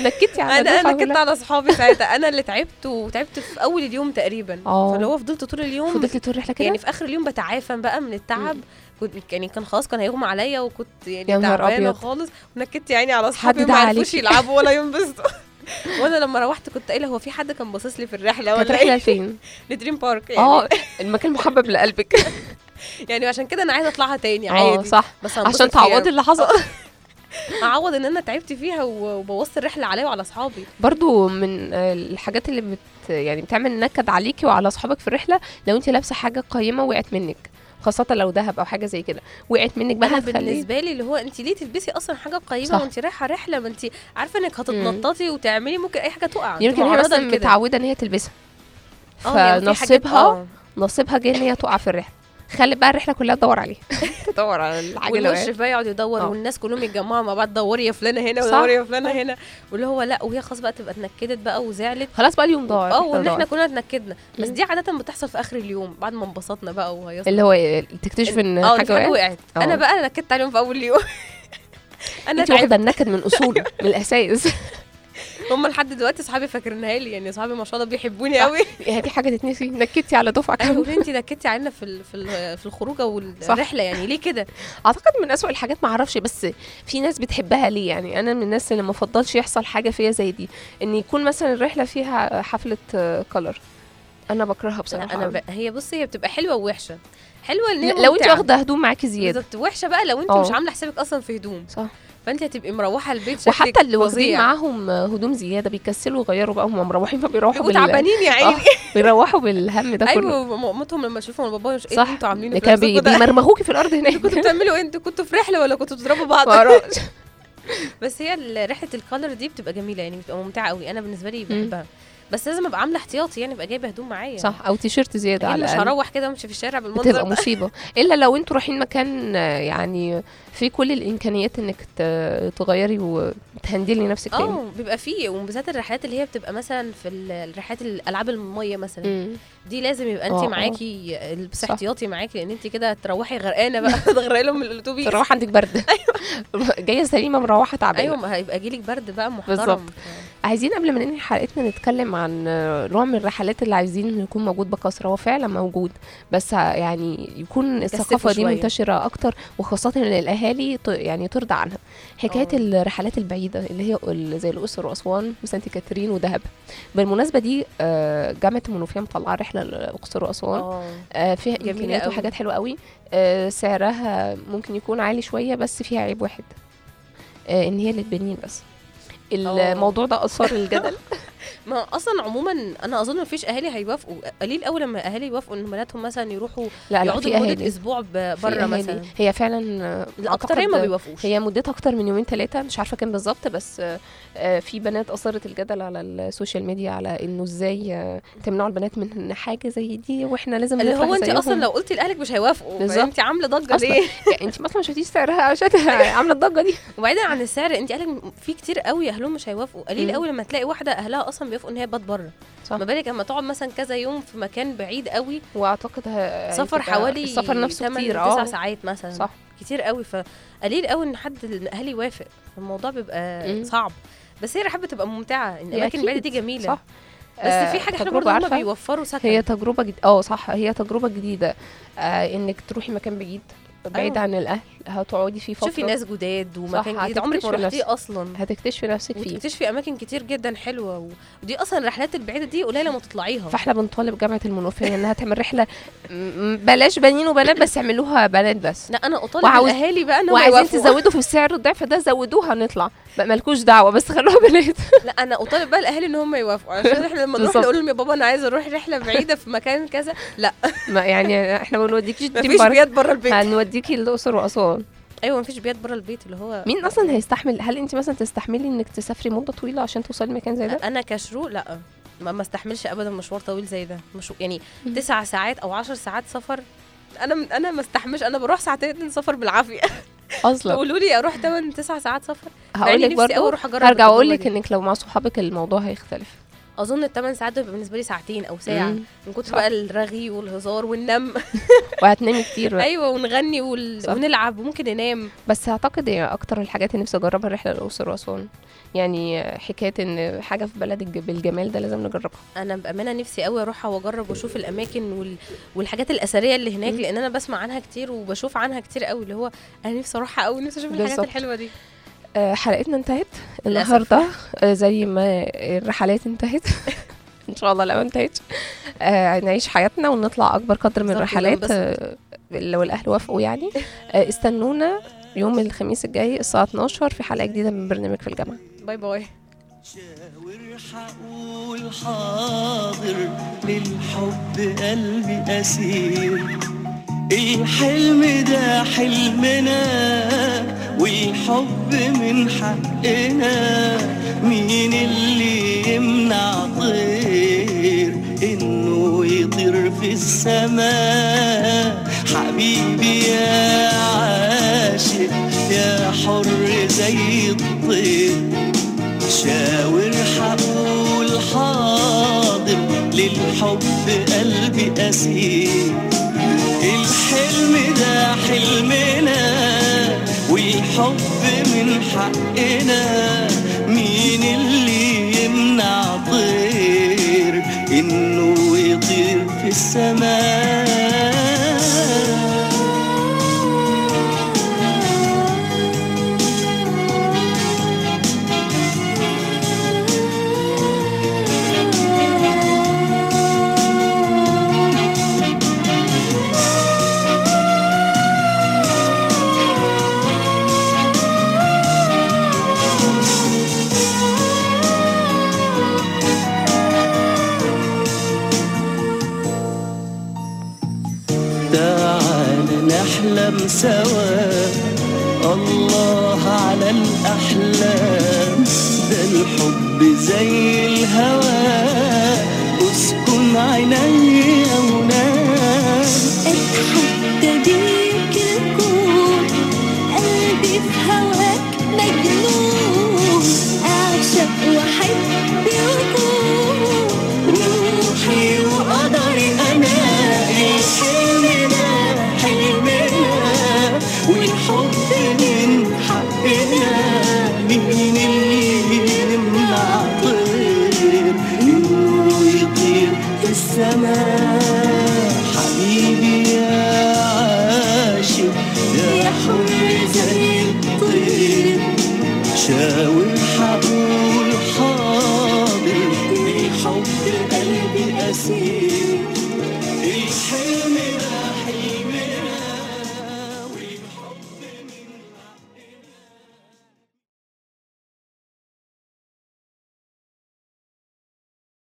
[SPEAKER 2] نكدتي على
[SPEAKER 3] انا
[SPEAKER 2] دفعة
[SPEAKER 3] انا كنت
[SPEAKER 2] كلها.
[SPEAKER 3] على اصحابي ساعتها انا اللي تعبت وتعبت في اول اليوم تقريبا
[SPEAKER 2] آه.
[SPEAKER 3] فاللي هو فضلت طول اليوم
[SPEAKER 2] فضلتي طول الرحلة كده
[SPEAKER 3] يعني في اخر اليوم بتعافى بقى من التعب كنت يعني كان خلاص كان هيغمى عليا وكنت يعني
[SPEAKER 2] يا نهار
[SPEAKER 3] تعبانه
[SPEAKER 2] أبيض.
[SPEAKER 3] خالص ونكدت يعني على اصحابي
[SPEAKER 2] حد
[SPEAKER 3] ما
[SPEAKER 2] دعا
[SPEAKER 3] عرفوش
[SPEAKER 2] عليكي. (laughs)
[SPEAKER 3] يلعبوا ولا ينبسطوا وانا لما روحت كنت قايله هو في حد كان باصص لي في الرحله
[SPEAKER 2] كانت
[SPEAKER 3] ولا
[SPEAKER 2] رحلة
[SPEAKER 3] ايه
[SPEAKER 2] لفين؟
[SPEAKER 3] (laughs) لدريم بارك يعني
[SPEAKER 2] اه المكان محبب (laughs) لقلبك
[SPEAKER 3] يعني عشان كده انا عايزه اطلعها تاني
[SPEAKER 2] اه
[SPEAKER 3] عادي
[SPEAKER 2] صح
[SPEAKER 3] بس هنبسط
[SPEAKER 2] عشان
[SPEAKER 3] فيها. آه.
[SPEAKER 2] تعوضي اللي حصل
[SPEAKER 3] اعوض ان انا تعبت فيها و- وبوظت الرحله عليا وعلى اصحابي
[SPEAKER 2] برضو من آه، الحاجات اللي بت يعني بتعمل نكد عليكي وعلى اصحابك في الرحله لو انت لابسه حاجه قيمه وقعت منك خاصه لو ذهب او حاجه زي كده وقعت منك بقى
[SPEAKER 3] انا
[SPEAKER 2] هتخليك-
[SPEAKER 3] بالنسبه لي اللي هو انت ليه تلبسي اصلا حاجه قيمه
[SPEAKER 2] صح.
[SPEAKER 3] وانت رايحه رحله ما انت عارفه انك هتتنططي وتعملي ممكن اي حاجه تقع أنت
[SPEAKER 2] يمكن هي
[SPEAKER 3] معرضة
[SPEAKER 2] مثلا
[SPEAKER 3] لكده.
[SPEAKER 2] متعوده ان هي تلبسها
[SPEAKER 3] آه، يعني في حاجات-
[SPEAKER 2] فنصيبها
[SPEAKER 3] آه.
[SPEAKER 2] نصيبها جه ان هي تقع في الرحله خلي بقى الرحله كلها تدور
[SPEAKER 3] (laughs)
[SPEAKER 2] عليها تدور على العجله وقعت.
[SPEAKER 3] والمشرف بقى يقعد يدور
[SPEAKER 2] آه.
[SPEAKER 3] والناس كلهم يتجمعوا مع بعض دوري يا فلانه هنا
[SPEAKER 2] صح.
[SPEAKER 3] ودوري يا فلانه هنا واللي هو لا وهي خلاص بقى تبقى اتنكدت بقى وزعلت
[SPEAKER 2] خلاص بقى اليوم ضاع
[SPEAKER 3] اه
[SPEAKER 2] الرحلة
[SPEAKER 3] وان احنا
[SPEAKER 2] ضاعت.
[SPEAKER 3] كلنا اتنكدنا بس
[SPEAKER 2] مم.
[SPEAKER 3] دي عاده بتحصل في اخر اليوم بعد ما انبسطنا بقى وهيصنا
[SPEAKER 2] اللي هو إيه، تكتشف ان
[SPEAKER 3] اه
[SPEAKER 2] حاجه وقعت
[SPEAKER 3] وقعت
[SPEAKER 2] آه.
[SPEAKER 3] انا بقى نكدت عليهم في اول يوم (laughs) انا
[SPEAKER 2] انت
[SPEAKER 3] تعبت
[SPEAKER 2] واخده النكد من اصوله من (laughs) الاساس
[SPEAKER 3] هم لحد دلوقتي اصحابي فاكرينها لي يعني اصحابي ما شاء الله بيحبوني
[SPEAKER 2] (laughs)
[SPEAKER 3] قوي
[SPEAKER 2] هي دي حاجه يعني تتنسي نكدتي على دفعه كامله
[SPEAKER 3] ايوه انت نكدتي علينا في ال- في ال- في الخروجه والرحله يعني ليه كده
[SPEAKER 2] اعتقد من أسوأ الحاجات ما اعرفش بس في ناس بتحبها ليه يعني انا من الناس اللي ما افضلش يحصل حاجه فيا زي دي ان يكون مثلا الرحله فيها حفله كلر انا بكرهها
[SPEAKER 3] لا
[SPEAKER 2] بصراحه
[SPEAKER 3] انا ب... هي بصي هي بتبقى حلوه ووحشه حلوه ان هي
[SPEAKER 2] لو انت
[SPEAKER 3] ممتعة.
[SPEAKER 2] واخده هدوم معاكي زياده
[SPEAKER 3] بالظبط وحشه بقى لو انت
[SPEAKER 2] اه.
[SPEAKER 3] مش عامله حسابك اصلا في هدوم
[SPEAKER 2] صح
[SPEAKER 3] فانت هتبقي مروحه البيت شكلك
[SPEAKER 2] وحتى اللي واخدين
[SPEAKER 3] فظيع.
[SPEAKER 2] معاهم هدوم زياده بيكسلوا يغيروا بقى هم مروحين فبيروحوا
[SPEAKER 3] بيبقوا
[SPEAKER 2] بال...
[SPEAKER 3] تعبانين يا عيني
[SPEAKER 2] آه، بيروحوا بالهم ده كله
[SPEAKER 3] ايوه مامتهم لما يشوفوا بابا مش ايه
[SPEAKER 2] صح
[SPEAKER 3] انتوا عاملين
[SPEAKER 2] ده كانوا بي...
[SPEAKER 3] كده
[SPEAKER 2] بيمرمغوكي في
[SPEAKER 3] (laughs)
[SPEAKER 2] الارض
[SPEAKER 3] كنتوا
[SPEAKER 2] هناك
[SPEAKER 3] بتعملوا ايه انتوا كنتوا في رحله ولا كنتوا بتضربوا بعض
[SPEAKER 2] (laughs) ما أعرفش.
[SPEAKER 3] بس هي ال- رحله الكالر دي بتبقى جميله يعني بتبقى ممتعه قوي انا بالنسبه لي
[SPEAKER 2] مم.
[SPEAKER 3] بحبها بس لازم ابقى عامله احتياطي يعني ابقى جايبه هدوم معايا
[SPEAKER 2] صح او تيشيرت زياده على
[SPEAKER 3] اكيد أيوة، مش
[SPEAKER 2] الأقل.
[SPEAKER 3] هروح كده وامشي في الشارع بالمنظر
[SPEAKER 2] بتبقى
[SPEAKER 3] ده.
[SPEAKER 2] مصيبة إلا لو أنتوا رايحين مكان آه، يعني في كل الإمكانيات إنك ت- تغيري وتهندلي نفسك تاني
[SPEAKER 3] اه بيبقى فيه وبالذات الرحلات اللي هي بتبقى مثلا في ال- الرحلات الالعاب الميه مثلا
[SPEAKER 2] مم.
[SPEAKER 3] دي لازم يبقى
[SPEAKER 2] اه،
[SPEAKER 3] انت
[SPEAKER 2] اه.
[SPEAKER 3] معاكي البس
[SPEAKER 2] صح.
[SPEAKER 3] احتياطي معاكي لان انت كده هتروحي غرقانه بقى (laughs) هتغرقي لهم الاتوبيس
[SPEAKER 2] تروح عندك برد (laughs) جايه سليمة مروحة تعبانة
[SPEAKER 3] ايوه ما هيبقى جيلك برد بقى محترم
[SPEAKER 2] بالظبط. عايزين قبل ما ننهي حلقتنا نتكلم عن آه، نوع من الرحلات اللي عايزين إنه يكون موجود بكثرة هو فعلا موجود بس آه، يعني يكون
[SPEAKER 3] كثفوا
[SPEAKER 2] الثقافة دي
[SPEAKER 3] شوية.
[SPEAKER 2] منتشرة أكتر وخاصة إن الأهالي ت- يعني ترضى عنها حكاية
[SPEAKER 3] اه.
[SPEAKER 2] الرحلات البعيدة اللي هي ال- زي الأقصر وأسوان وسانت كاترين ودهب بالمناسبة دي آه، جامعة المنوفية مطلعة رحلة للأقصر وأسوان
[SPEAKER 3] اه
[SPEAKER 2] آه، فيها
[SPEAKER 3] جميلة
[SPEAKER 2] امكانيات
[SPEAKER 3] قوي.
[SPEAKER 2] وحاجات حلوه قوي آه، سعرها ممكن يكون عالي شويه بس فيها عيب واحد آه، ان هي للبنين بس
[SPEAKER 3] أوه.
[SPEAKER 2] الموضوع ده اثار الجدل
[SPEAKER 3] (laughs) ما اصلا عموما انا اظن مفيش اهالي هيوافقوا قليل قوي لما اهالي يوافقوا ان بناتهم مثلا يروحوا
[SPEAKER 2] لا لا
[SPEAKER 3] يقعدوا
[SPEAKER 2] في
[SPEAKER 3] لمده
[SPEAKER 2] اهالي
[SPEAKER 3] اسبوع ب-
[SPEAKER 2] في
[SPEAKER 3] بره
[SPEAKER 2] أهالي.
[SPEAKER 3] مثلا
[SPEAKER 2] هي فعلا آه،
[SPEAKER 3] الاكتريه ما
[SPEAKER 2] أعتقد
[SPEAKER 3] بيوافقوش
[SPEAKER 2] هي مدتها اكتر من يومين ثلاثه مش عارفه كام بالظبط بس آه، آه، في بنات اثارت الجدل على السوشيال ميديا على انه ازاي آه، تمنعوا البنات من حاجه زي دي واحنا لازم
[SPEAKER 3] اللي
[SPEAKER 2] نفرح
[SPEAKER 3] هو انت
[SPEAKER 2] زيهم.
[SPEAKER 3] اصلا
[SPEAKER 2] (laughs)
[SPEAKER 3] لو قلتي لاهلك مش هيوافقوا
[SPEAKER 2] بالظبط.
[SPEAKER 3] انت عامله ضجه
[SPEAKER 2] أصلاً.
[SPEAKER 3] ليه (laughs)
[SPEAKER 2] يعني انت اصلا مش هتيجي سعرها (laughs) عشان عامله الضجه دي
[SPEAKER 3] وبعيدا عن السعر انت قالك في كتير قوي اهلهم مش هيوافقوا قليل
[SPEAKER 2] مم.
[SPEAKER 3] قوي لما تلاقي واحده اهلها اصلا بيوافقوا ان هي تبات بره
[SPEAKER 2] صح.
[SPEAKER 3] ما بالك اما تقعد مثلا كذا يوم في مكان بعيد قوي
[SPEAKER 2] واعتقد ه-
[SPEAKER 3] سفر
[SPEAKER 2] هتبقى-
[SPEAKER 3] حوالي
[SPEAKER 2] يعني السفر نفسه
[SPEAKER 3] 8
[SPEAKER 2] كتير
[SPEAKER 3] 9
[SPEAKER 2] اه
[SPEAKER 3] ساعات مثلا
[SPEAKER 2] صح
[SPEAKER 3] كتير قوي فقليل قوي ان حد من اهلي يوافق الموضوع بيبقى
[SPEAKER 2] مم.
[SPEAKER 3] صعب بس هي الرحلات بتبقى ممتعه ان
[SPEAKER 2] هي
[SPEAKER 3] الاماكن البعيده دي
[SPEAKER 2] أكيد،
[SPEAKER 3] جميله
[SPEAKER 2] صح.
[SPEAKER 3] بس في حاجه احنا برضه هم
[SPEAKER 2] عارفه
[SPEAKER 3] بيوفروا سكن
[SPEAKER 2] هي تجربه جديده اه صح هي تجربه جديده آه انك آه، تروحي مكان بعيد بعيد
[SPEAKER 3] أيوة.
[SPEAKER 2] عن الاهل هتقعدي فيه فتره
[SPEAKER 3] شوفي ناس جداد ومكان
[SPEAKER 2] صح،
[SPEAKER 3] جديد عمرك ما
[SPEAKER 2] هتكتشفي
[SPEAKER 3] رحتيه
[SPEAKER 2] نفسك.
[SPEAKER 3] اصلا
[SPEAKER 2] هتكتشفي نفسك فيه
[SPEAKER 3] وتكتشفي اماكن كتير جدا حلوه و- ودي اصلا الرحلات البعيده دي قليله ما تطلعيها
[SPEAKER 2] فاحنا بنطالب جامعه المنوفيه انها تعمل رحله م- م- بلاش بنين وبنات بس اعملوها بنات بس
[SPEAKER 3] لا انا اطالب
[SPEAKER 2] وعاوز-
[SPEAKER 3] الاهالي بقى ان هم
[SPEAKER 2] وعايزين
[SPEAKER 3] نعم، يوافقوا.
[SPEAKER 2] تزودوا في السعر الضعف ده زودوها نطلع بقى مالكوش دعوه بس خلوها بنات
[SPEAKER 3] لا انا اطالب بقى الاهالي ان هم يوافقوا عشان احنا لما نروح
[SPEAKER 2] بالظبط.
[SPEAKER 3] نقول لهم يا بابا انا عايزه اروح رحله بعيده في
[SPEAKER 2] (laughs)
[SPEAKER 3] مكان كذا لا
[SPEAKER 2] ما يعني احنا ما نوديكيش
[SPEAKER 3] مفيش بيات بره البيت
[SPEAKER 2] هنوديكي الاقصر واسوان
[SPEAKER 3] ايوه مفيش بيات بره البيت اللي هو
[SPEAKER 2] مين اصلا هيستحمل هل انت مثلا تستحملي انك تسافري مده طويله عشان توصلي مكان زي ده
[SPEAKER 3] انا كشروق لا ما ما استحملش ابدا مشوار طويل زي ده مش يعني تسع ساعات او عشر ساعات سفر انا من انا ما استحملش انا بروح ساعتين سفر بالعافيه
[SPEAKER 2] اصلا
[SPEAKER 3] (laughs) قولوا لي اروح 8 9 ساعات سفر
[SPEAKER 2] هقول لك
[SPEAKER 3] نفسي أوي
[SPEAKER 2] برضه
[SPEAKER 3] أروح أجرب
[SPEAKER 2] هرجع اقول
[SPEAKER 3] التجربة
[SPEAKER 2] لك
[SPEAKER 3] دي.
[SPEAKER 2] انك لو مع صحابك الموضوع هيختلف
[SPEAKER 3] اظن ال 8 ساعات بيبقى بالنسبه لي ساعتين او ساعه
[SPEAKER 2] مم.
[SPEAKER 3] من كتر بقى الرغي
[SPEAKER 2] (laughs)
[SPEAKER 3] والهزار والنم (laughs)
[SPEAKER 2] وهتنامي كتير بقى.
[SPEAKER 3] ايوه ونغني وال...
[SPEAKER 2] صح.
[SPEAKER 3] ونلعب وممكن ننام
[SPEAKER 2] بس اعتقد يعني اكتر الحاجات اللي نفسي اجربها الرحله للاقصر واسوان يعني حكايه ان حاجه في بلد الج- بالجمال ده لازم نجربها
[SPEAKER 3] انا بامانه نفسي قوي اروحها واجرب واشوف الاماكن وال... والحاجات الاثريه اللي هناك لان انا بسمع عنها كتير وبشوف عنها كتير قوي اللي هو انا نفسي اروحها قوي نفسي اشوف الحاجات
[SPEAKER 2] بالظبط.
[SPEAKER 3] الحلوه دي
[SPEAKER 2] آه، حلقتنا انتهت
[SPEAKER 3] للأسف.
[SPEAKER 2] النهارده آه، زي ما الرحلات انتهت
[SPEAKER 3] (laughs)
[SPEAKER 2] ان شاء الله لو انتهتش آه، نعيش حياتنا ونطلع اكبر قدر من
[SPEAKER 3] بالظبط،
[SPEAKER 2] الرحلات
[SPEAKER 3] وننبسط.
[SPEAKER 2] آه، لو الاهل وافقوا يعني آه، استنونا يوم الخميس الجاي الساعه 12 في حلقه جديده من برنامج في الجامعه
[SPEAKER 3] باي باي
[SPEAKER 9] أقول حاضر للحب قلبي أسير الحلم ده حلمنا والحب من حقنا مين اللي يمنع طير إنه يطير في السماء حبيبي يا عاشق يا حر زي الطير شاور حقول حاضر للحب قلبي أسير الحلم ده حلمنا والحب من حقنا مين اللي يمنع طير إنه يطير في السماء تعال نحلم سوا